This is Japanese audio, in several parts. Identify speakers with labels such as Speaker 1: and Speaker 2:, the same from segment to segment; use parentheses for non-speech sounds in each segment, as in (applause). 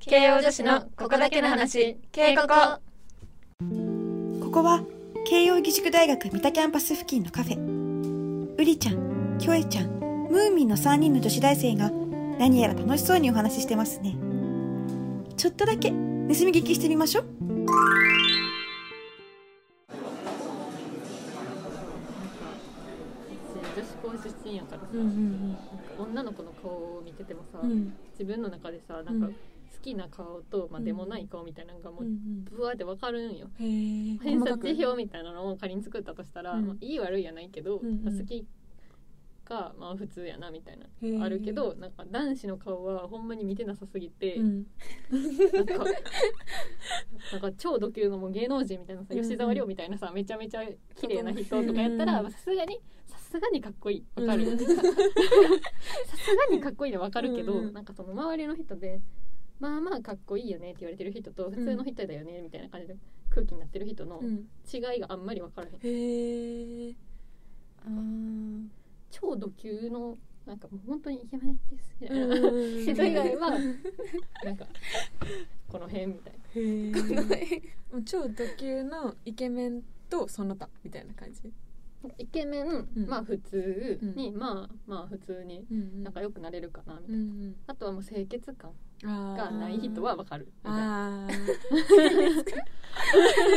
Speaker 1: 慶応女子のここだけの話慶ここ
Speaker 2: ここは慶応義塾大学三田キャンパス付近のカフェうりちゃんきょえちゃんムーミンの3人の女子大生が何やら楽しそうにお話ししてますねちょっとだけ盗み聞きしてみましょう
Speaker 3: 女子校出身やからさ、
Speaker 2: ん
Speaker 3: 女の子の顔を見ててもさ、
Speaker 2: ん
Speaker 3: 自分の中でさなんか
Speaker 2: うん
Speaker 3: 好きな顔と、まあ、
Speaker 2: うん
Speaker 3: でもない顔みたいなのがもう
Speaker 2: うん
Speaker 3: ぶわってわかるんよ、
Speaker 2: へえ
Speaker 3: 偏差値表みたいなのを仮に作ったとしたら、
Speaker 2: うん
Speaker 3: まあ、いい悪いやないけど、
Speaker 2: うんうん
Speaker 3: まあ、好きかまあ普通やなみたいな
Speaker 2: へー
Speaker 3: あるけどなんか男子の顔はほんまに見てなさすぎて、
Speaker 2: ん
Speaker 3: なんかなんか超ド級のもう芸能人みたいなさ、
Speaker 2: うんうん
Speaker 3: 吉沢亮みたいなさめちゃめちゃ綺麗な人とかやっ
Speaker 2: う
Speaker 3: た
Speaker 2: ん
Speaker 3: ら
Speaker 2: うん
Speaker 3: まあさすがにさすがにかっこいいわかる、
Speaker 2: うん
Speaker 3: さすがにかっこいいのわかるけど、
Speaker 2: うんうん
Speaker 3: なんかその周りの人でまあまあかっこいいよねって言われてる人と普通の人だよねみたいな感じで空気になってる人の
Speaker 2: ん
Speaker 3: 違いがあんまり分からへん、
Speaker 2: へえあ
Speaker 3: 超ド級のなんかもう本当にイケメンですみたいな、
Speaker 2: 世
Speaker 3: 人以外はなんかこの辺みたいな
Speaker 2: へえ
Speaker 4: もう超ド級のイケメンとその他みたいな感じ、
Speaker 3: イケメン、
Speaker 4: ん
Speaker 3: まあ普通に、まあまあ普通に
Speaker 4: うん
Speaker 3: 仲良くなれるかなみたいな、
Speaker 4: うん
Speaker 3: あとはもう清潔感
Speaker 4: うん、
Speaker 3: がない人はわかるみたいな
Speaker 4: (laughs) あー
Speaker 1: 清
Speaker 4: 清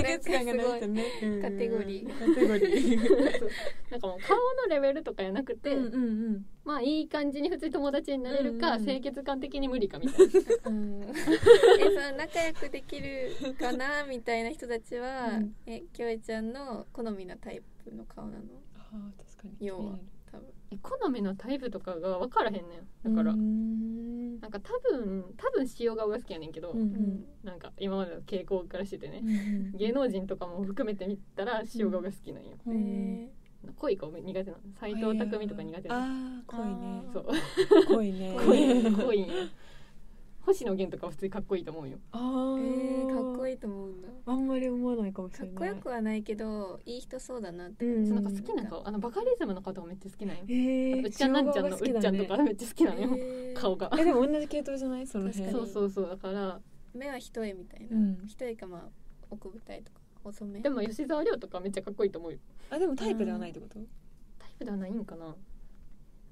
Speaker 4: 潔感がない人ねうん
Speaker 1: カテゴリー
Speaker 4: カテゴリー
Speaker 3: そう (laughs) なんかもう顔のレベルとかじゃなくて、
Speaker 4: うんうん
Speaker 3: まあいい感じに普通に友達になれるか、
Speaker 4: うんうん
Speaker 3: 清潔感的に無理かみたい
Speaker 4: (laughs)
Speaker 3: な
Speaker 1: うん、えその仲良くできるかなみたいな人たちは、
Speaker 4: うん
Speaker 1: えきょえちゃんの好みのタイプの顔なの
Speaker 4: あー確かに
Speaker 1: 要は多分
Speaker 3: 好みのタイプとかが分からへんねんだから、
Speaker 4: うん
Speaker 3: なんか多分多分塩顔が好きやねんけど、
Speaker 4: うんうん
Speaker 3: なんか今までの傾向からしててね
Speaker 4: う、ん
Speaker 3: 芸能人とかも含めてみたら塩顔が好きなんよ、
Speaker 4: うん
Speaker 1: え
Speaker 3: 濃い顔苦手なの斎藤工とか苦手なの、
Speaker 4: あー濃いね
Speaker 3: そう
Speaker 4: 濃いね
Speaker 3: 濃い濃いんよ
Speaker 4: (laughs)
Speaker 3: 星野源とかは普通にかっこいいと思うよ
Speaker 4: あ
Speaker 1: ーえ
Speaker 4: ー
Speaker 1: ーかっこ
Speaker 4: い
Speaker 1: いいと思うんだ
Speaker 4: あんまり思わないかもし
Speaker 1: か
Speaker 4: れ
Speaker 1: っ
Speaker 4: ない
Speaker 1: こよくはないけどいい人そうだなって
Speaker 4: うん
Speaker 3: なんか好きな顔あのバカリズムの顔とかめっちゃ好きなんよ
Speaker 4: えー
Speaker 3: うっちゃんなんちゃんのう
Speaker 4: 塩
Speaker 3: っちゃ
Speaker 4: 顔
Speaker 3: ん
Speaker 4: が好きだね
Speaker 3: とかめっちゃ好きなのよ
Speaker 1: えー
Speaker 3: 顔が
Speaker 4: えでも同じ系統じゃないその
Speaker 1: 確
Speaker 4: 辺
Speaker 3: そ
Speaker 1: か
Speaker 3: う
Speaker 1: に
Speaker 3: そうそうだから
Speaker 1: 目は一重みたいな、
Speaker 4: うん
Speaker 1: 一重かまあ奥舞台とか細め
Speaker 3: でも吉沢亮とかめっちゃかっこいいと思うよ
Speaker 4: あでもタイプではないってこと
Speaker 3: タイプではないんかな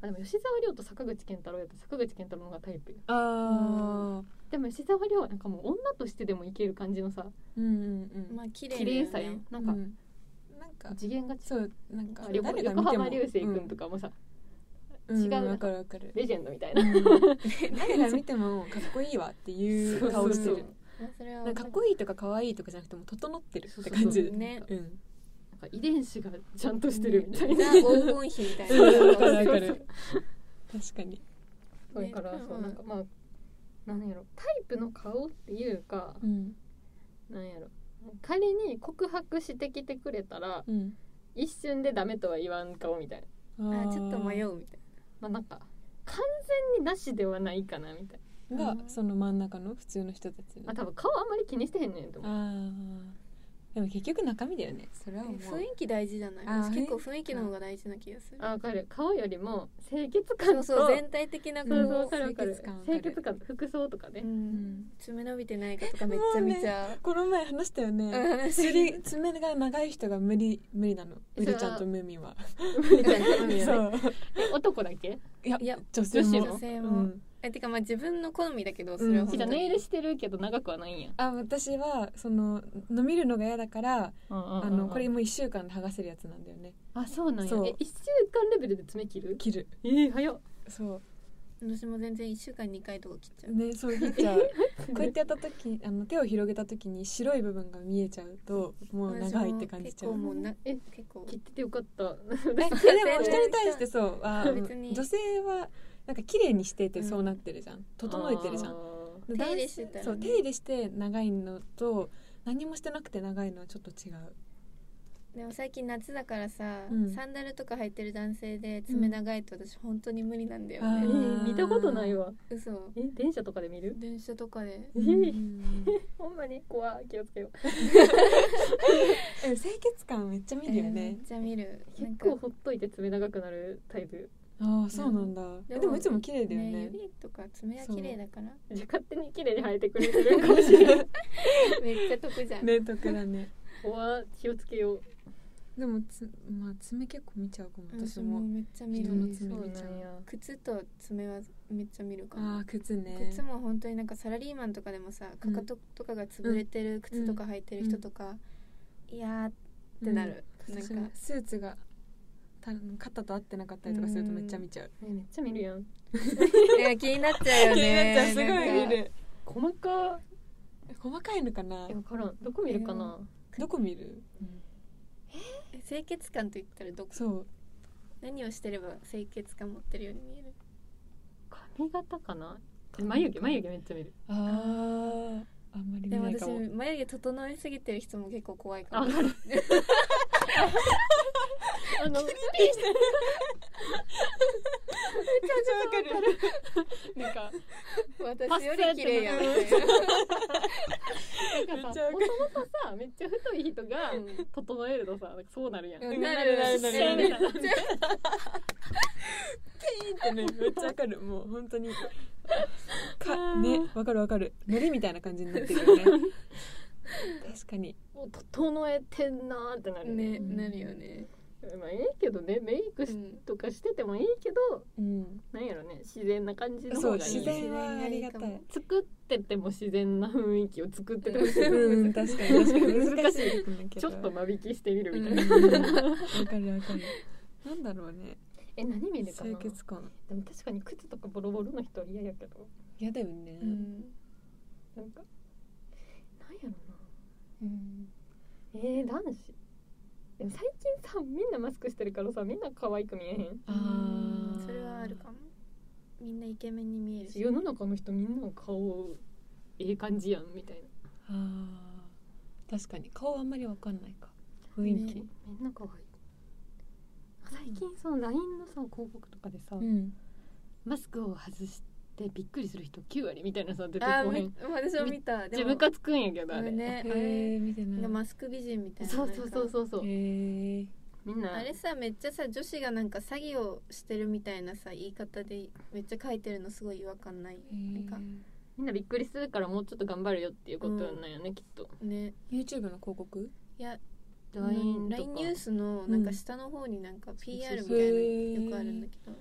Speaker 3: あでも吉沢亮と坂口健太郎やったら坂口健太郎の方がタイプよ
Speaker 4: ああ
Speaker 3: でも吉沢亮はなんかもう女としてでもいける感じのさ
Speaker 4: うんうんうん
Speaker 1: まあ綺麗だ
Speaker 3: 綺
Speaker 1: よね
Speaker 3: 麗さよなんか
Speaker 4: うんなんか
Speaker 3: 次元が違う
Speaker 4: そうなんか
Speaker 3: 横横浜流星君と
Speaker 4: か
Speaker 3: かもさ、
Speaker 4: 違
Speaker 3: 違う
Speaker 4: うわかるわかる
Speaker 3: レジェンドみたいな、
Speaker 4: うん誰が見てもかっこいいわっていう顔して
Speaker 3: そうそ
Speaker 4: る
Speaker 3: う
Speaker 1: まあそれは
Speaker 4: なんかかっこいいとか可愛いとかじゃなくてもう整ってるって感
Speaker 3: そ
Speaker 4: じ
Speaker 3: うそううそ
Speaker 4: ん
Speaker 1: ね
Speaker 3: なんか遺伝子がちゃんとしてるみたいな、
Speaker 1: ザ黄金比みたい
Speaker 4: うんわ
Speaker 1: な
Speaker 4: かるわ
Speaker 3: そ
Speaker 4: か
Speaker 3: う
Speaker 4: る確かに
Speaker 3: だから
Speaker 1: ね
Speaker 3: そううんなんかまあなんやろタイプの顔っていうか
Speaker 4: うん
Speaker 3: なんやろ仮に告白してきてくれたら
Speaker 4: うん
Speaker 3: 一瞬でダメとは言わん顔みたいな
Speaker 4: ー
Speaker 1: あちょっと迷うみたい
Speaker 3: まあなんか完全になしではないかなみたい
Speaker 4: が
Speaker 1: うん
Speaker 4: その真ん中の普通の人たちの
Speaker 3: な、まあ、多分顔あんまり気にしてへんねんと
Speaker 4: あ
Speaker 3: 思う
Speaker 4: ーでも結局中身だよねそれは
Speaker 1: な
Speaker 4: もう
Speaker 1: 雰囲気大事じゃない
Speaker 4: あ
Speaker 1: 私結構雰囲気の方が大事な気がする
Speaker 3: あわかる顔よりも清潔感
Speaker 1: そ
Speaker 3: と
Speaker 1: うそう全体的なこ
Speaker 3: そうそうわ
Speaker 1: う
Speaker 3: かるわかる
Speaker 4: 清潔感わか
Speaker 3: 清
Speaker 4: る
Speaker 3: 潔感と服装とかね、
Speaker 1: うん爪伸びてないかとかめっちゃめちゃ
Speaker 4: この前話したよね、
Speaker 1: うん話した
Speaker 4: 爪爪が長い人が無理無理なの
Speaker 3: え
Speaker 4: うりちゃんとムーミンは
Speaker 3: みたいな感じ
Speaker 4: そ
Speaker 3: よね
Speaker 4: う
Speaker 3: え男だっけ
Speaker 4: いや
Speaker 1: いや
Speaker 4: 女性も
Speaker 3: 女子の
Speaker 1: 女性
Speaker 4: う
Speaker 1: も、
Speaker 4: ん、
Speaker 1: えてかまあ自分の好みだけどそれは
Speaker 4: うん
Speaker 3: じ
Speaker 1: 本
Speaker 3: ゃ
Speaker 1: 当
Speaker 3: あ
Speaker 1: に
Speaker 3: ネイルしてるけど長くはないんや、
Speaker 4: あ私はその伸びるのが嫌だから、あ
Speaker 3: あ
Speaker 4: のこれもう1週間で剥がせるやつなんだよね
Speaker 3: あそうなんや
Speaker 4: そう
Speaker 3: え一週間レベルで爪切る
Speaker 4: 切る
Speaker 3: えー、早っ
Speaker 4: そ
Speaker 1: 私も全然一週間に2回とか切っちゃ
Speaker 4: う
Speaker 1: う
Speaker 4: ねそう切っち
Speaker 3: (laughs)
Speaker 4: ゃう (laughs) こうやってやった時あの手を広げた時に白い部分が見えちゃうともう長いって感じちゃう
Speaker 1: 私も結構もうな
Speaker 3: え
Speaker 1: 結構
Speaker 3: 切っててよかった
Speaker 4: え
Speaker 1: 私
Speaker 4: (laughs) でも人に対してそうあ
Speaker 1: 全然
Speaker 4: 女性はなんか綺麗にしててそうなってるじゃん、整えてるじゃ
Speaker 3: (laughs) あ
Speaker 4: ん
Speaker 1: 手入れしてたらね
Speaker 4: そう手入れして長いのと何もしてなくて長いのはちょっと違う
Speaker 1: でも最近夏だからさ、
Speaker 4: うん
Speaker 1: サンダルとか履いてる男性で爪長いと私本当に無理なんだよ
Speaker 3: ーえ
Speaker 4: あ
Speaker 1: ね、
Speaker 3: ー見たことないわ
Speaker 1: 嘘
Speaker 3: え電車とかで見る
Speaker 1: 電車とかで
Speaker 3: え
Speaker 4: う
Speaker 3: ー
Speaker 1: (laughs)
Speaker 4: ん
Speaker 3: ほんまに怖い気をつけよう
Speaker 4: え清潔感めっちゃ見るよ
Speaker 1: えーめ
Speaker 4: ね
Speaker 1: っ、ちゃ見るな
Speaker 3: 結
Speaker 1: んか
Speaker 4: (laughs)
Speaker 3: 構ほっといて爪長くなるタイプ
Speaker 4: ああそうなんだ、
Speaker 1: で
Speaker 4: え
Speaker 1: も
Speaker 4: でもいつも綺麗だよね
Speaker 1: ね指とか爪は綺麗だから
Speaker 3: じゃあ勝手に綺麗に生えてくれてるかもしれない
Speaker 1: めっちゃ得じゃん、
Speaker 4: ね得だね
Speaker 3: 怖っ気をつけよう
Speaker 4: でもつ、まあ、爪結構見ちゃうかも
Speaker 1: うん
Speaker 4: 私も、
Speaker 1: めっちゃ見
Speaker 4: 人の
Speaker 1: る
Speaker 4: 爪
Speaker 3: そう
Speaker 4: 見ちゃ
Speaker 3: なんや
Speaker 1: 靴と爪はめっちゃ見るか
Speaker 4: あ
Speaker 1: も
Speaker 4: あ靴ね
Speaker 1: 靴も本当になんかサラリーマンとかでもさかかととかが潰れてる靴とか履いてる人とか、いやーってなる、なん
Speaker 4: 私
Speaker 1: か
Speaker 4: もスーツがた肩と合ってなかったりとかするとめっちゃ見ちゃう
Speaker 3: えめっちゃ見るやん
Speaker 1: いや気になっちゃうよ
Speaker 4: (laughs) 気になっ
Speaker 1: ね
Speaker 4: ちゃうすごい見
Speaker 1: なんか
Speaker 4: る
Speaker 3: 細か
Speaker 4: 細かいのかない
Speaker 3: 分からんどこ見るかな、
Speaker 4: どこ見る
Speaker 1: 清潔感と言ったらどこ
Speaker 4: そう
Speaker 1: 何をしてれば清潔感持ってるように見える
Speaker 3: 髪型かな眉毛眉毛めっちゃ見る
Speaker 4: あーあんまり
Speaker 1: で
Speaker 4: 見
Speaker 1: も
Speaker 4: ない
Speaker 1: 私
Speaker 4: かも
Speaker 1: 眉毛整えすぎてる人も結構怖いか
Speaker 3: あ
Speaker 1: も
Speaker 3: わかる
Speaker 4: (laughs)
Speaker 3: あの
Speaker 4: めっちゃわかる
Speaker 3: なんか
Speaker 1: 私より綺麗やみたい
Speaker 3: なん
Speaker 4: め
Speaker 3: か
Speaker 4: っ
Speaker 3: さ
Speaker 4: ちゃわか
Speaker 3: もともとさめっちゃ太い人が整えるとさなんかそうなるやん、
Speaker 1: な
Speaker 4: う
Speaker 1: うんん
Speaker 4: な
Speaker 1: な
Speaker 4: る
Speaker 1: る
Speaker 4: なるな
Speaker 1: な
Speaker 3: (laughs)
Speaker 4: る
Speaker 1: る
Speaker 4: な
Speaker 1: な
Speaker 4: る
Speaker 1: る
Speaker 4: ってねめっちゃわかるもう本当 (laughs) にかねわかるわかるのりみたいな感じになってる (laughs) よね確かに
Speaker 3: もう整えてんなーってなるね
Speaker 1: ねなるよね、
Speaker 3: まあいいけどねメイク
Speaker 1: う
Speaker 3: し
Speaker 1: ん
Speaker 3: とかしててもいいけど
Speaker 4: うん
Speaker 3: なんやろね自然な感じの
Speaker 4: そ
Speaker 3: 方
Speaker 4: う
Speaker 3: がいい
Speaker 4: 自然はありがたい
Speaker 3: 作ってても自然な雰囲気を作っててほしい
Speaker 4: うん確かに確かに難しい
Speaker 3: ちょっと
Speaker 4: わか
Speaker 3: 間引きしてみるみたいな、
Speaker 4: (laughs) るわかるなんだろうね
Speaker 3: え何見るかな
Speaker 4: 清潔感
Speaker 3: でも確かに靴とかボロボロの人は嫌やけど
Speaker 4: 嫌だよね
Speaker 1: うん
Speaker 3: なんかなんやろな
Speaker 1: うん
Speaker 3: えー、男子でも最近さみんなマスクしてるからさみんな可愛く見えへん
Speaker 4: あー
Speaker 1: それはあるかもみんなイケメンに見えるし
Speaker 3: 世の中の人みんなの顔ええ感じやんみたいな
Speaker 4: あー確かに顔あんまりわかんないか雰囲気、
Speaker 1: ね
Speaker 3: みんな可愛い最近その LINE のさ広告とかでさ、
Speaker 4: ん
Speaker 3: マスクを外してびっくりする人9割みたいなさ出て
Speaker 1: あ
Speaker 3: こへん
Speaker 1: み私も見たで
Speaker 3: 自
Speaker 1: も
Speaker 3: 分かつくんやけどあ
Speaker 1: あ
Speaker 3: れ、
Speaker 1: れねあ
Speaker 4: へ
Speaker 1: れ
Speaker 4: え見てない
Speaker 1: なんかマスク美人みたいな
Speaker 3: そうそうそうそうそう
Speaker 4: へえ
Speaker 3: みんな
Speaker 1: あれさめっちゃさ女子がなんか詐欺をしてるみたいなさ言い方でめっちゃ書いてるのすごい違和感ないなんか
Speaker 3: みんなびっくりするからもうちょっと頑張るよっていうことなんよね、きっと
Speaker 1: ね
Speaker 4: YouTube の広告
Speaker 1: いや
Speaker 3: LINE とか
Speaker 1: LINE ニュースのなんか下の方になんか PR みたいなのよくあるんだけど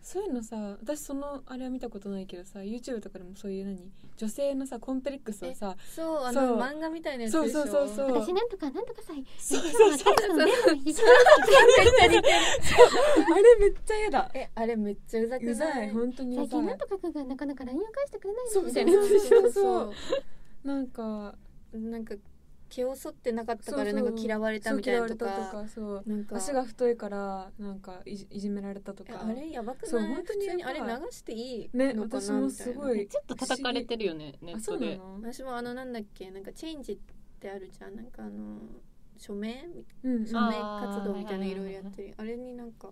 Speaker 4: そういうのさ私そのあれは見たことないけどさ YouTube とかでもそういう何女性のさコンプレックスをさ
Speaker 1: そうあ
Speaker 4: そう
Speaker 1: の漫画みたいなやつでしょ
Speaker 4: そうそうそうそう
Speaker 3: 私なんとかなんとかさい
Speaker 4: そうそう
Speaker 3: そ
Speaker 4: そう
Speaker 3: うそうそう
Speaker 4: (laughs) あれめっちゃ嫌だ
Speaker 1: えあれめっちゃうざく
Speaker 4: う
Speaker 1: な
Speaker 4: ざ
Speaker 1: い
Speaker 4: い本当にう
Speaker 3: 最
Speaker 4: ざ
Speaker 3: 近ないんとかくんがなかなか LINE を返してくれない
Speaker 4: そ
Speaker 3: の
Speaker 4: う
Speaker 3: みたいなやつ
Speaker 4: そうそう
Speaker 1: そう
Speaker 4: なんか
Speaker 1: なんか毛を剃ってなかったか
Speaker 4: そう
Speaker 1: ら
Speaker 4: そ
Speaker 1: な
Speaker 4: うん
Speaker 1: か嫌われたみたいなと
Speaker 4: そう嫌われた
Speaker 1: か
Speaker 4: そう
Speaker 1: なんか
Speaker 4: 足が太いからなんかいじいじめられたと
Speaker 1: え
Speaker 4: か
Speaker 1: あれやばくない
Speaker 4: そう本当に
Speaker 1: 普通にあれ
Speaker 4: や
Speaker 1: 流
Speaker 4: ばい
Speaker 1: していい
Speaker 4: ね
Speaker 1: のかなみたいな
Speaker 4: 私もすごい
Speaker 3: ちょっと叩かれてるよねネ
Speaker 4: あ
Speaker 3: ッ
Speaker 4: そ
Speaker 3: ト
Speaker 4: うな
Speaker 3: で
Speaker 4: の
Speaker 1: 私もあのなんだっけなんかチェンジってあるじゃんなんかあの署名
Speaker 4: うん
Speaker 1: 署
Speaker 4: あ
Speaker 1: 名
Speaker 3: あー
Speaker 1: 活動みたいな
Speaker 3: はい
Speaker 1: い
Speaker 3: はい
Speaker 1: ろ
Speaker 3: はいい
Speaker 1: ろ
Speaker 3: はい
Speaker 1: やってるあれになんか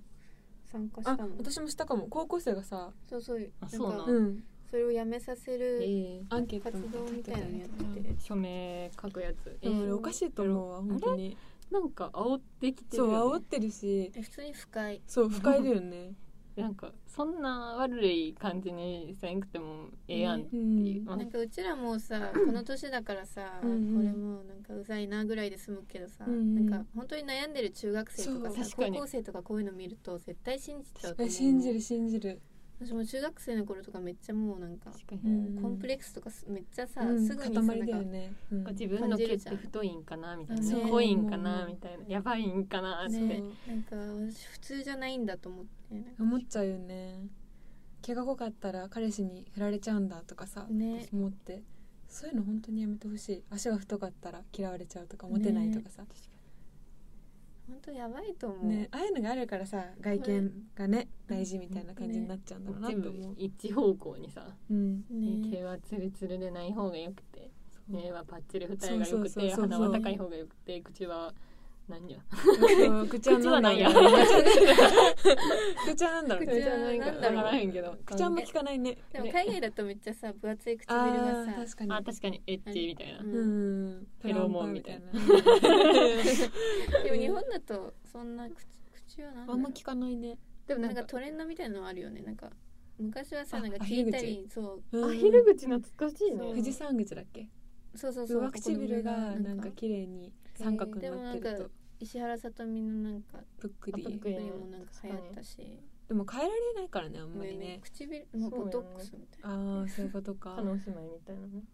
Speaker 1: 参加した
Speaker 4: あ
Speaker 1: もん
Speaker 4: 私もしたかも高校生がさ
Speaker 1: そうそうな
Speaker 3: あ
Speaker 1: ん
Speaker 3: そうなん
Speaker 1: か
Speaker 4: うん
Speaker 1: それをやめさせる
Speaker 3: え
Speaker 4: アンケート
Speaker 1: 活動みたいなのやって
Speaker 4: うん
Speaker 1: て
Speaker 3: 署名書くやつ、え
Speaker 4: でも俺おかしいと思うわ本当に
Speaker 3: なんか煽ってきてる
Speaker 4: そう
Speaker 3: よ、
Speaker 4: 煽っ
Speaker 3: ね、
Speaker 4: てるし
Speaker 1: え普通に不快
Speaker 4: そう不快だよね
Speaker 3: なんかそんな悪い感じにせんくてもええやんって
Speaker 4: う
Speaker 3: い
Speaker 4: ん
Speaker 3: う、
Speaker 1: なんかうちらもさこの年だからさ
Speaker 4: う
Speaker 1: こ
Speaker 4: ん
Speaker 1: れ
Speaker 4: うん
Speaker 1: もなんかうざいなぐらいで済むけどさ
Speaker 4: うんうん
Speaker 1: なんか本当に悩んでる中学生とか
Speaker 3: そう
Speaker 1: さ
Speaker 3: 確か
Speaker 1: 高
Speaker 3: に
Speaker 1: 校生とかこういうの見ると絶対信じちゃうと
Speaker 4: え
Speaker 1: 思う
Speaker 4: 信じる信じる
Speaker 1: 私も中学生の頃とかめっちゃもうなんか
Speaker 3: 確かに、
Speaker 4: うん
Speaker 1: コンプレックスとかすめっちゃさ、
Speaker 4: うん
Speaker 1: すぐにさなん
Speaker 4: 塊だ
Speaker 1: か
Speaker 4: よね、うん
Speaker 3: なんか自分の毛って太いんかなみたいな
Speaker 1: ね
Speaker 3: 濃いんかなみたいなやばいんかなって、
Speaker 1: ねなんか私普通じゃないんだと思ってなんか
Speaker 4: 思っちゃうよね毛が濃かったら彼氏に振られちゃうんだとかさ、
Speaker 1: ね
Speaker 4: 思ってそういうの本当にやめてほしい足が太かったら嫌われちゃうとかモテないとかさ
Speaker 1: 本当やばいと思う、
Speaker 4: ねああいうのがあるからさ外見がね大事みたいな感じになっちゃうんだろうなって
Speaker 3: 全
Speaker 4: 思
Speaker 3: 部
Speaker 4: う、
Speaker 3: 一方向にさ
Speaker 4: うん
Speaker 1: ね
Speaker 3: 毛はツルツルでない方がよくて目はパッチリ二重が
Speaker 4: そ
Speaker 3: よ
Speaker 4: う
Speaker 3: く
Speaker 4: そうそう
Speaker 3: て
Speaker 4: そう
Speaker 3: 鼻は高い方がよくて口は何や
Speaker 4: そう口
Speaker 3: 口はなんや
Speaker 4: だろうね
Speaker 3: 分
Speaker 4: 口はなんだろう
Speaker 1: 口
Speaker 4: ね
Speaker 1: はなんか
Speaker 3: からへんけど
Speaker 4: 口あんま聞かないね
Speaker 1: でも海外だとめっちゃさ分厚い唇
Speaker 4: あ
Speaker 1: がさ
Speaker 4: ー確かに
Speaker 3: あ確かにエッチみたいな、
Speaker 1: うん
Speaker 4: うん
Speaker 3: フェロモンみたいな
Speaker 4: プランパーみたいな
Speaker 1: でも日本だとそんな口口はなんだろ
Speaker 4: あ
Speaker 1: うん
Speaker 4: ま聞かないね
Speaker 3: でも
Speaker 1: な
Speaker 3: なんん
Speaker 1: か
Speaker 3: か
Speaker 1: トレンドみたいなのあるよねなんか昔はさ
Speaker 4: あ
Speaker 1: なんか聞いたりそう
Speaker 4: うん
Speaker 3: アヒル口懐かしい
Speaker 1: そ
Speaker 3: ね
Speaker 1: う
Speaker 4: 富士山口だっけ
Speaker 1: そうそうそう
Speaker 4: 上唇がな
Speaker 1: こ
Speaker 4: んか
Speaker 1: この
Speaker 4: 綺麗に三角になって
Speaker 1: えーでも
Speaker 4: る
Speaker 1: な
Speaker 4: と
Speaker 1: ん石原さとみのなんか
Speaker 4: ぷっく
Speaker 3: あぷっ
Speaker 4: り
Speaker 3: くり
Speaker 1: にもなんか流行ったし
Speaker 4: でも変えられないからねあんまりね
Speaker 1: ね唇もう
Speaker 3: そうよ
Speaker 1: ボ
Speaker 3: ね
Speaker 1: トックスみたいな
Speaker 4: ああそういうことか
Speaker 3: 叶姉妹みたいなね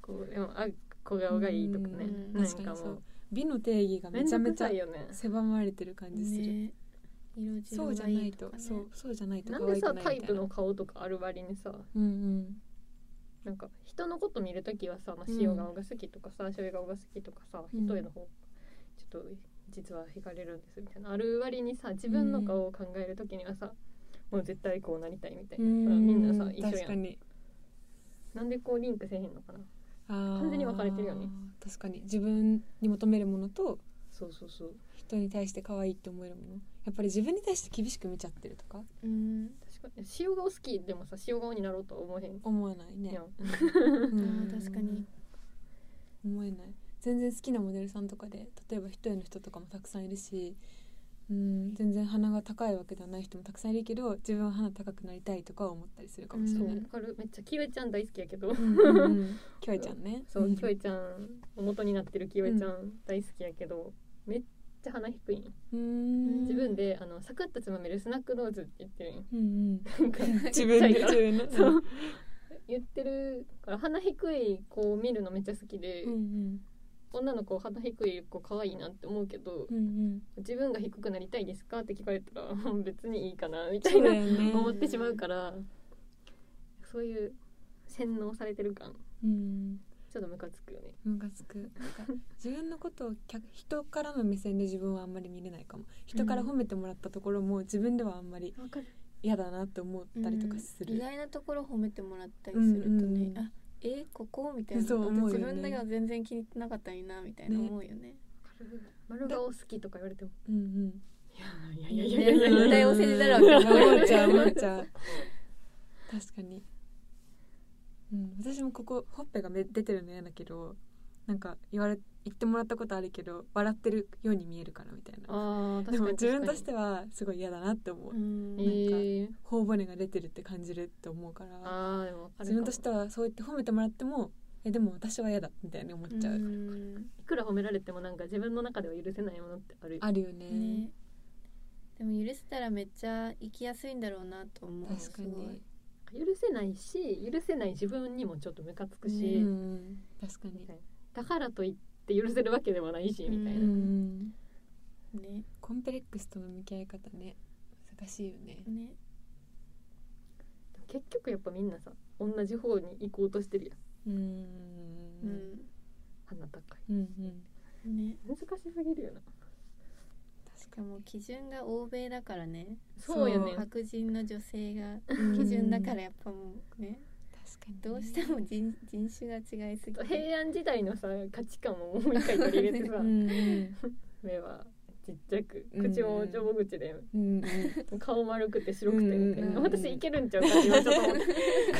Speaker 3: こうでもあ小顔がいいとかね
Speaker 1: うん
Speaker 3: なん
Speaker 4: 確か
Speaker 3: か
Speaker 4: にそ
Speaker 3: もう
Speaker 4: う美の定義が
Speaker 3: め
Speaker 4: め
Speaker 3: ち
Speaker 4: ち
Speaker 3: ゃ
Speaker 4: ゃ
Speaker 3: め
Speaker 4: め
Speaker 3: ち
Speaker 4: ち
Speaker 3: ゃ
Speaker 4: ゃ
Speaker 3: いよね
Speaker 4: 狭まれてる感じする、
Speaker 1: ね色白
Speaker 4: そうじゃ
Speaker 1: が
Speaker 4: ない
Speaker 1: い
Speaker 4: と
Speaker 1: とかね
Speaker 4: そうそうじゃないと
Speaker 3: なんでさ
Speaker 4: 可愛く
Speaker 3: タ
Speaker 4: ない
Speaker 3: イ
Speaker 4: みたい
Speaker 3: プの顔とかある割にさ
Speaker 4: うんうん
Speaker 3: なんか人のこと見るときはさ、まあ、
Speaker 4: うん
Speaker 3: 塩顔が好きとかさ醤油顔が好きとかさ、
Speaker 4: うん
Speaker 3: 人への方ちょっと実は惹かれるんですみたいなある割にさ自分の顔を考えるときにはさ、もう絶対こうなりたいみたいなさ、みんなさ一緒
Speaker 4: 確
Speaker 3: や
Speaker 4: か
Speaker 3: ん
Speaker 4: に
Speaker 3: なんでこうリンクせえへんのかな
Speaker 4: 完
Speaker 3: 完全に分かれてるよね
Speaker 4: 確かに自分に求めるものと
Speaker 3: そうそうそう
Speaker 4: 人に対して可愛いって思えるものやっぱり自分に対して厳しく見ちゃってるとか
Speaker 1: うん
Speaker 3: 確かに塩顔好きでもさ塩顔になろうとは思えへん
Speaker 4: 思わない
Speaker 3: い
Speaker 4: ね
Speaker 3: や
Speaker 1: あー確かに
Speaker 4: 思えない全然好きなモデルさんとかで例えば一重の人とかもたくさんいるしうん全然鼻が高いわけではない人もたくさんいるけど自分は鼻高くなりたいとかは思ったりするかもし
Speaker 3: そ
Speaker 4: れ
Speaker 3: う
Speaker 4: な
Speaker 3: わ
Speaker 4: い、
Speaker 3: かるめっちゃキヨエちゃん大好きやけど
Speaker 4: うんうんうんキョエちゃんね
Speaker 3: そうキヨ
Speaker 4: ョ
Speaker 3: エちゃん元になってるキヨエちゃん大好きやけど、めっちゃ鼻低いん
Speaker 4: うん
Speaker 3: 自分であのサクッとつまめるスナックノーズって言って
Speaker 4: (laughs)
Speaker 3: るんよ
Speaker 4: うん
Speaker 3: なんか
Speaker 4: うん自分で
Speaker 3: ちっちゃいから
Speaker 4: 自分の
Speaker 3: そう言ってるから鼻低い子を見るのめっちゃ好きで、
Speaker 4: うんうん
Speaker 3: 女の子鼻低い子可愛いなって思うけど、
Speaker 4: うんうん
Speaker 3: 自分が低くなりたいですかって聞かれたら (laughs) もう別にいいかなみた
Speaker 4: そ
Speaker 3: いう
Speaker 4: だ
Speaker 3: な
Speaker 4: よね
Speaker 3: 思ってしまうからそういう洗脳されてる感
Speaker 4: うん
Speaker 3: ちょっとムカつくよね
Speaker 4: ムカつくなんか自分のことを客人からの目線で自分はあんまり見れないかも人から褒めてもらったところも自分ではあんまり
Speaker 3: わかる
Speaker 4: 嫌だなって思ったりとかす
Speaker 1: うん意
Speaker 4: る、
Speaker 1: 外なところ褒めてもらったりすると
Speaker 4: うんうんう
Speaker 1: ね
Speaker 4: ん
Speaker 1: あえここみたいな
Speaker 4: そう思うよね
Speaker 1: 自分では全然気に入ってなかったのになみたいな
Speaker 4: ね
Speaker 1: 思うよね
Speaker 3: 丸顔好きとか言われても
Speaker 4: うんうん
Speaker 3: いや
Speaker 1: いや
Speaker 3: い
Speaker 1: い
Speaker 3: や
Speaker 1: や
Speaker 3: い
Speaker 1: い
Speaker 3: や
Speaker 1: や
Speaker 3: い
Speaker 1: い
Speaker 3: や
Speaker 1: や
Speaker 3: いや
Speaker 1: い
Speaker 3: い
Speaker 1: や
Speaker 3: や
Speaker 1: い
Speaker 4: 思
Speaker 1: 思
Speaker 4: っ
Speaker 1: っ
Speaker 4: ち
Speaker 1: ち
Speaker 4: ゃ
Speaker 1: ゃ
Speaker 4: う
Speaker 1: う
Speaker 4: 思っちゃう思っちゃう確かに、うん、私もここほっぺがめ出てるの嫌だけどなんか言われ言ってもらったことあるけど笑ってるように見えるからみたいな
Speaker 3: あー
Speaker 4: で
Speaker 3: 確
Speaker 4: も
Speaker 3: かに
Speaker 4: 自分としててはすごい嫌だなって思
Speaker 1: う
Speaker 4: う、
Speaker 1: ん
Speaker 3: え
Speaker 4: い
Speaker 3: ー、
Speaker 4: 頬骨が出てるって感じるって思うから
Speaker 3: あーでもわかるかも
Speaker 4: 自分としてはそう言って褒めてもらってもえでも私は嫌だみたいに思っちゃう、
Speaker 1: ん
Speaker 3: いくら褒められてもなんか自分の中では許せないものってある
Speaker 4: あるよね
Speaker 1: ねでも許せたらめっちゃ生きやすいんだろうなと思う
Speaker 4: 確か
Speaker 1: すごい
Speaker 4: に、
Speaker 3: 許せないし許せない自分にもちょっとムカつくし、
Speaker 1: ね
Speaker 4: うんうん、確かに
Speaker 3: みたいなだからといって許せるわけではないし、みたい
Speaker 4: う
Speaker 3: な
Speaker 4: んうん
Speaker 1: ね
Speaker 4: コンプレックスとの向き合い方ね難しいよね
Speaker 1: ね
Speaker 3: 結局やっぱみんなさ同じ方に行こうとしてるやん
Speaker 4: うん
Speaker 1: うん、
Speaker 3: 鼻高い
Speaker 4: うんうん
Speaker 1: ね
Speaker 3: 難しすぎるよな
Speaker 1: しかも基準が欧米だからね
Speaker 3: そうやね
Speaker 4: そ
Speaker 1: 白人の女性が
Speaker 4: うん
Speaker 1: 基準だからやっぱもうね
Speaker 4: 確かにね
Speaker 1: どうしても人人種が違いすぎて
Speaker 3: 平安時代のさ価値観をもう一回取り入れてさ、
Speaker 4: うんうん
Speaker 3: 目はちっちゃく
Speaker 4: うん
Speaker 3: 口も上口で、
Speaker 4: うんうん
Speaker 3: 顔丸くて白くてみたいな、
Speaker 1: うん
Speaker 3: 私いけるんちゃうかって今ちょっと思 (laughs) って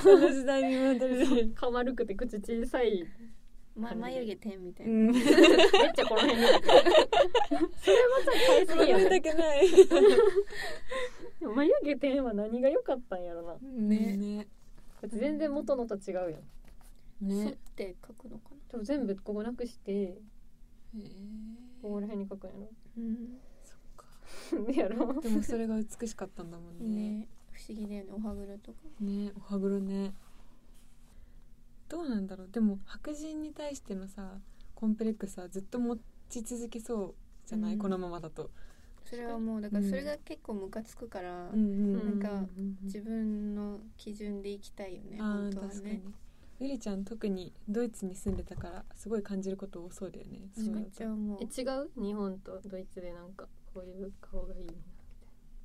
Speaker 4: この時代に生まれる
Speaker 3: 顔丸くて口小さ (laughs) い
Speaker 1: ま眉毛点みたいうな、
Speaker 4: ん
Speaker 3: めっちゃこの辺にあるそれもさ変えす
Speaker 4: そ
Speaker 3: ぎや
Speaker 4: れ
Speaker 3: ね
Speaker 4: だけない
Speaker 3: でも眉毛点は何が良かったんやろな
Speaker 4: ねね
Speaker 3: だって全然元のと違うやん
Speaker 1: 剃っ
Speaker 4: ね
Speaker 1: て書くのか
Speaker 3: でも全部ここなくして
Speaker 4: え
Speaker 3: ここら辺に書くんや
Speaker 1: なうん
Speaker 4: そっか
Speaker 3: ろ (laughs) やろ
Speaker 4: でもそれが美しかったんだもんね
Speaker 1: ね不思議だよねお歯黒とか
Speaker 4: ねお歯黒ねどうなんだろうでも白人に対してのさコンプレックスはずっと持ち続けそうじゃない、
Speaker 1: うん
Speaker 4: このままだと、
Speaker 1: それはもうだからそれが結構ムカつくから、
Speaker 4: ん
Speaker 1: んか
Speaker 3: 自
Speaker 1: 自分の基準で生きたいよね
Speaker 4: あ
Speaker 1: 本
Speaker 4: ー
Speaker 1: 当は
Speaker 4: 確かに
Speaker 1: ね
Speaker 4: ゆりちゃん特にドイツに住んでたからすごい感じること多そうだよね
Speaker 1: め
Speaker 4: そうだ
Speaker 1: っちゃもう
Speaker 3: え違う日本とドイツでなんかこういう顔がいいな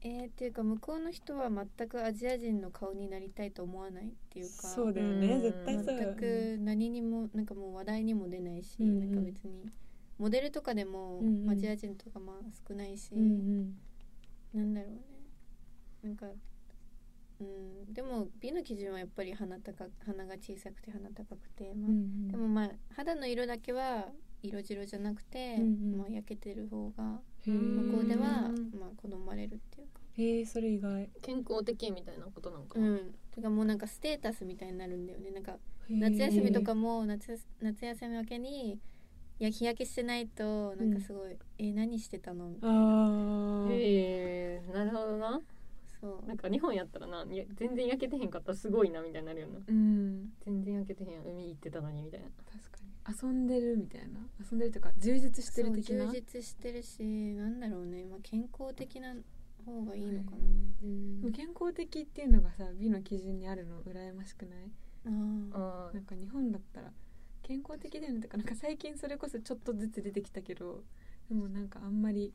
Speaker 1: えー、っていうか向こうの人は全くアジア人の顔になりたいと思わないっていうか
Speaker 4: そうだよね
Speaker 3: うん
Speaker 4: 絶対そう
Speaker 1: 全く何にもなんかもう話題にも出ないし、
Speaker 4: うんうん
Speaker 1: なんか別にモデルとかでも
Speaker 4: うんうん
Speaker 1: アジア人とかまあ少ないし、
Speaker 4: うんうん
Speaker 1: なんだろうねなんかうんでも美の基準はやっぱり鼻高鼻が小さくて鼻高くて、
Speaker 4: う
Speaker 1: まあ
Speaker 4: んうん
Speaker 1: でもまあ肌の色だけは色白じゃなくて、
Speaker 4: うんうん
Speaker 1: まあ、焼けてる方が
Speaker 4: へー
Speaker 1: 向こうでは
Speaker 3: うん
Speaker 1: まあ好まれるっていうか
Speaker 4: へえそれ意外
Speaker 3: 健康的みたいなことなんか
Speaker 1: う
Speaker 3: な、
Speaker 1: んてかもうなんかステータスみたいになるんだよねなんか
Speaker 4: へー
Speaker 1: 夏休みとかも夏やす夏休み明けにいや日焼けしてないとなんかすごい「え何してたの?」みたいな
Speaker 4: ああ
Speaker 3: へえなるほどな
Speaker 1: そう
Speaker 3: なんか日本やったらないや全然焼けてへんかったらすごいなみたいになるよな
Speaker 4: うん
Speaker 3: 全然焼けてへんやん海行ってたのにみたいな
Speaker 4: 確かに遊んでるみたいな遊んでるとか充実して
Speaker 1: そ
Speaker 4: る
Speaker 1: う
Speaker 4: 的な
Speaker 1: 充実してるしなんだろうね、まあ、健康的な方がいいのか
Speaker 4: でも健康的っていうのがさ美の基準にあるの羨ましくない
Speaker 1: な、あ
Speaker 3: あ
Speaker 4: なんか日本だったら健康的だよねとかなんか最近それこそちょっとずつ出てきたけどでもなんかあんまり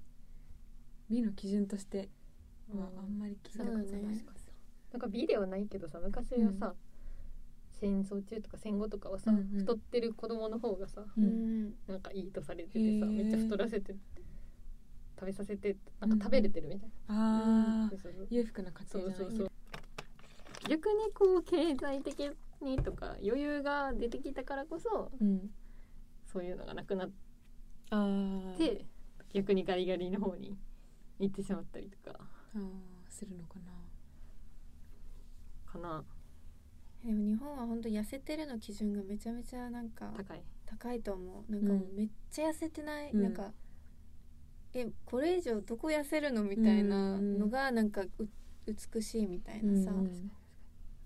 Speaker 4: 美の基準として
Speaker 3: ー
Speaker 4: はあんまり聞いたこと
Speaker 1: そうだ
Speaker 4: ない
Speaker 1: ね
Speaker 4: かさ
Speaker 3: なんか美ではないけどさ昔はさ、戦争中とか戦後とかはさ、
Speaker 4: うんうん
Speaker 3: 太ってる子供の方がさ
Speaker 1: あうん
Speaker 3: なんかいいとされててさ
Speaker 4: へー
Speaker 3: めっちゃ太らせて食べさせてなんか食べれてるみたいな、
Speaker 4: ああ
Speaker 3: そうそう
Speaker 4: 裕福な家
Speaker 3: そう
Speaker 4: 庭じ
Speaker 3: そ
Speaker 4: ゃ
Speaker 3: う
Speaker 4: ないけ
Speaker 3: そ
Speaker 4: ど
Speaker 3: う逆にこう経済的にとか余裕が出てきたからこそ
Speaker 4: うん
Speaker 3: そういうのがなくなっ
Speaker 4: ああ
Speaker 3: て、逆にガリガリの方に行ってしまったりとか
Speaker 4: あーするのかな
Speaker 3: かな
Speaker 1: でも日本は本当痩せてるの基準がめちゃめちゃなんか
Speaker 3: 高い
Speaker 1: 高いと思うなんかもう
Speaker 4: うん
Speaker 1: めっちゃ痩せてない、
Speaker 4: うん
Speaker 1: なんかえこれ以上どこ痩せるのみたいなのがなんかう美しいみたいなさ、
Speaker 4: うん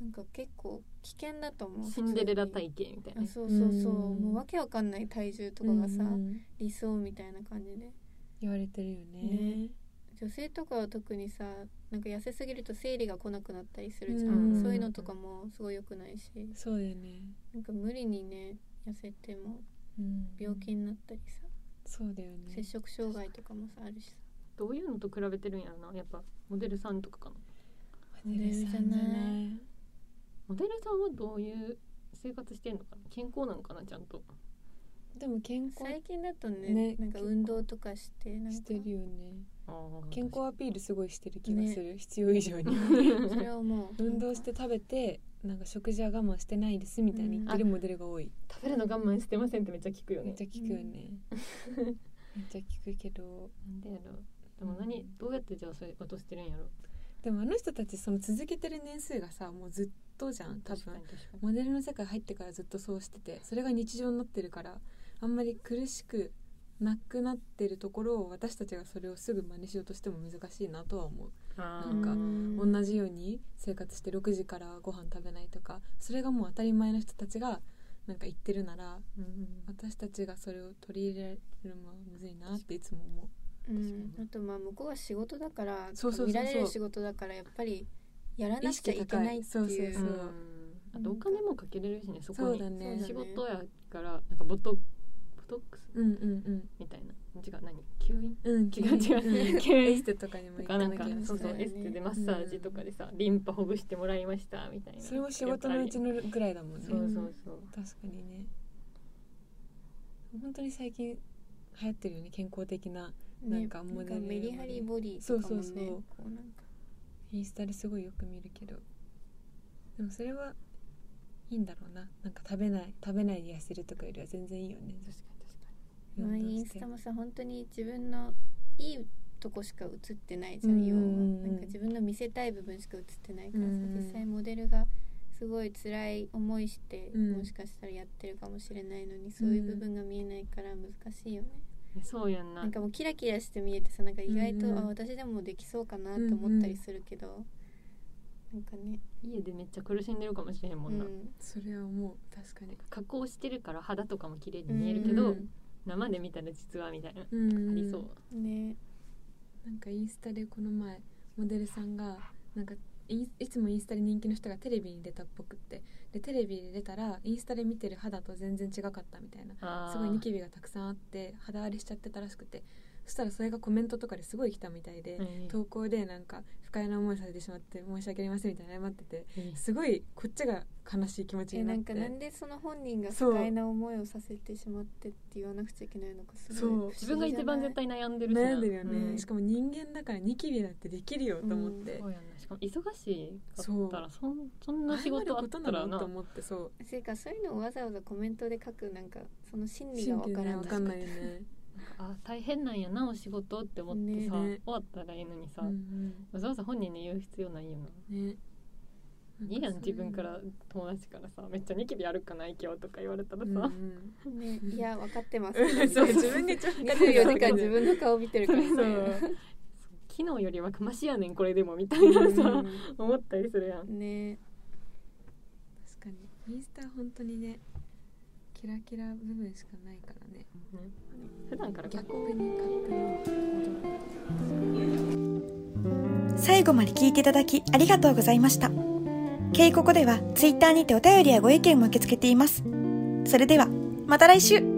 Speaker 1: なんか結構危険だと思う
Speaker 3: シンデレラ
Speaker 1: イ
Speaker 3: 体型みたいな
Speaker 1: あそうそうそう、
Speaker 4: うん
Speaker 1: もうわけわかんない体重とかがさ、
Speaker 4: うん
Speaker 1: 理想みたいな感じで
Speaker 4: 言われてるよね
Speaker 1: ね女性とかは特にさなんか痩せすぎると生理が来なくなったりするじゃん、
Speaker 4: うん
Speaker 1: そういうのとかもすごい良くないし
Speaker 4: そうだよね、
Speaker 1: なんか無理にね痩せても
Speaker 4: うん、
Speaker 1: 病気になったりさ、
Speaker 4: そうだよね
Speaker 1: 摂食障害とかもさあるしさ
Speaker 3: どういうのと比べてるんやろなやっぱモデルさんとかかな
Speaker 4: モデルさんじゃない
Speaker 3: モデルさんはどういう生活してんのかな健康なのかなちゃんと
Speaker 4: でも健康
Speaker 1: 最近だとね
Speaker 4: ね
Speaker 1: なんか運動とかしてなんか
Speaker 4: してるよね
Speaker 3: 健
Speaker 4: 健
Speaker 3: 康
Speaker 4: 康アピールすごいしてる気がする、必要以上 (laughs) に
Speaker 1: それをもう
Speaker 4: 運動して食べてなんか食事は我慢してないですみたいに言ってるモデルが多い、
Speaker 3: 食べるの我慢してませんってめっちゃ聞くよ
Speaker 4: めっ
Speaker 3: ね
Speaker 4: ちゃ聞くよね、めっちゃ聞くけど
Speaker 3: なんでやろでも何どうやってじゃあそれ落としてるんやろ
Speaker 4: でもあの人たちその続けてる年数がさもうずっとじゃん多
Speaker 3: 確か
Speaker 4: 分
Speaker 3: に確かに
Speaker 4: モデルの世界入ってからずっとそうしててそれが日常になってるからあんまり苦しくなくなってるところを私たちがそれをすぐ真似しようとしても難しいなとは思う
Speaker 3: あ
Speaker 4: なんか
Speaker 1: うん
Speaker 4: 同じように生活して6時からご飯食べないとかそれがもう当たり前の人たちがなんか言ってるなら私たちがそれを取り入れるのはむずいなっていつも思
Speaker 1: うんあとまあ向こうは仕事だから
Speaker 4: そうそうそうそう
Speaker 1: 見られる仕事だからやっぱりやらなくちゃいけないって
Speaker 4: 意識高
Speaker 1: い
Speaker 4: いうそうそうそう
Speaker 3: あとお金もかけれるしねそこ
Speaker 4: そう
Speaker 3: に
Speaker 4: だね
Speaker 3: 仕事やからなんかボトボトックス
Speaker 4: ううんうん
Speaker 3: みたいな違う何吸引
Speaker 4: うんうん
Speaker 3: 違う違う
Speaker 4: 経営エステとかにも
Speaker 3: と
Speaker 4: 行
Speaker 3: か
Speaker 4: か
Speaker 3: な
Speaker 4: なんきゃ
Speaker 3: か
Speaker 4: いけない
Speaker 3: そうそう
Speaker 1: ね
Speaker 3: エステでマッサージとかでさリンパほぐしてもらいましたみたいな
Speaker 4: それも仕事のうちのぐらいだもんね
Speaker 3: そうそうそう
Speaker 4: 確かにね本当に最近流行ってるよね健康的な
Speaker 1: ね
Speaker 4: なんかモデル
Speaker 1: なんかメリハリボディとかもね
Speaker 4: そうそうそう
Speaker 1: こうなんか
Speaker 4: インスタですごいよく見るけどでもそれはいいんだろうななんか食べない食べないで痩せるとかよりは全然いいよね
Speaker 3: 確かに確かに
Speaker 1: まあ
Speaker 4: 運動
Speaker 1: イン
Speaker 4: し
Speaker 1: ス
Speaker 4: て
Speaker 1: タもさ本当に自分のいいとこしか映ってないじゃ
Speaker 4: うんん
Speaker 1: 要
Speaker 4: う
Speaker 1: は
Speaker 4: んうん
Speaker 1: なんか自分の見せたい部分しか映ってないからさ
Speaker 4: うんうん
Speaker 1: 実際モデルがすごい辛い思いして
Speaker 4: うん
Speaker 1: もしかしたらやってるかもしれないのにそういう部分が見えないから難しいよね
Speaker 3: ねそうやんな
Speaker 1: なんかもうキラキラして見えてさなんか意外と
Speaker 4: うんうん
Speaker 1: あ私でもできそうかなと思ったりするけどなんかね
Speaker 3: 家でめっちゃ苦しんでるかもしれへんも
Speaker 1: うん
Speaker 3: な、
Speaker 1: ん
Speaker 4: それはもう確かに
Speaker 3: 加工してるから肌とかも綺麗に見えるけど、
Speaker 4: うん
Speaker 3: 生で見たら実はみたいな、
Speaker 4: うん
Speaker 3: ありそう
Speaker 1: ね
Speaker 4: なんかインスタでこの前モデルさんがなんかインいつもインスタで人気の人がテレビに出たっぽくってでテレビに出たらインスタで見てる肌と全然違かったみたいな
Speaker 3: あー
Speaker 4: すごいニキビがたくさんあって肌荒れしちゃってたらしくてそしたらそれがコメントとかですごい来たみたいで、投稿でなんか不快な思いさせてしまって申し訳ありませんみたいな謝っててすごいこっちが悲しい気持ち
Speaker 1: え
Speaker 4: にな
Speaker 1: な
Speaker 4: っ
Speaker 1: んかな
Speaker 4: て
Speaker 1: んでその本人が
Speaker 4: そう
Speaker 1: 不快な思いをさせてしまってって言わなくちゃいけないのかすごい
Speaker 4: そう
Speaker 1: 不思議
Speaker 3: 自分が一番絶
Speaker 1: じ
Speaker 3: 対悩んでるしな
Speaker 4: 悩んでるよね、
Speaker 1: うん
Speaker 4: しかも人間だからニキビなんてできるよと思って、
Speaker 3: そうやんなしかも忙しかったらそんそんな仕
Speaker 4: 謝る
Speaker 3: 事あ
Speaker 4: こ
Speaker 3: った
Speaker 4: とな
Speaker 3: ら
Speaker 4: の
Speaker 3: な
Speaker 4: と思ってそう
Speaker 1: ゃないていうかそういうのをわざわざコメントで書くなんかその心理が
Speaker 4: 神
Speaker 1: わか
Speaker 4: 経
Speaker 1: ら
Speaker 4: ね
Speaker 1: ん
Speaker 4: わかんないよね、
Speaker 3: あ大変なんやなお仕事って思ってさ、
Speaker 4: ねえね
Speaker 3: 終わったらいいのにさ、
Speaker 4: うん
Speaker 3: わざわざ本人に言う必要ないよな
Speaker 4: うんね
Speaker 3: いいやん自分か
Speaker 4: う
Speaker 3: ら友達からさめっちゃニキビあるかない今日とか言われたらさ、
Speaker 4: んうん
Speaker 1: ね、いや分かってます
Speaker 4: うん (laughs) そう (laughs) 自分で一番わかってる
Speaker 1: 24時間自
Speaker 4: (laughs)
Speaker 1: 分の顔見てるからね
Speaker 3: そうそう昨日よりはマシやねんこれでもみたいなさ、
Speaker 4: うん
Speaker 3: 思ったりするやん
Speaker 1: ね
Speaker 4: 確かにインスタは本当にねキラキラ部分しかないからね
Speaker 3: 普段から
Speaker 4: ギャ
Speaker 3: 結
Speaker 4: ッ
Speaker 3: 構
Speaker 4: プにカップの
Speaker 2: 最後まで聞いていただきありがとうございました。ケイココではツイッターにてお便りやご意見も受け付けています。それでは、また来週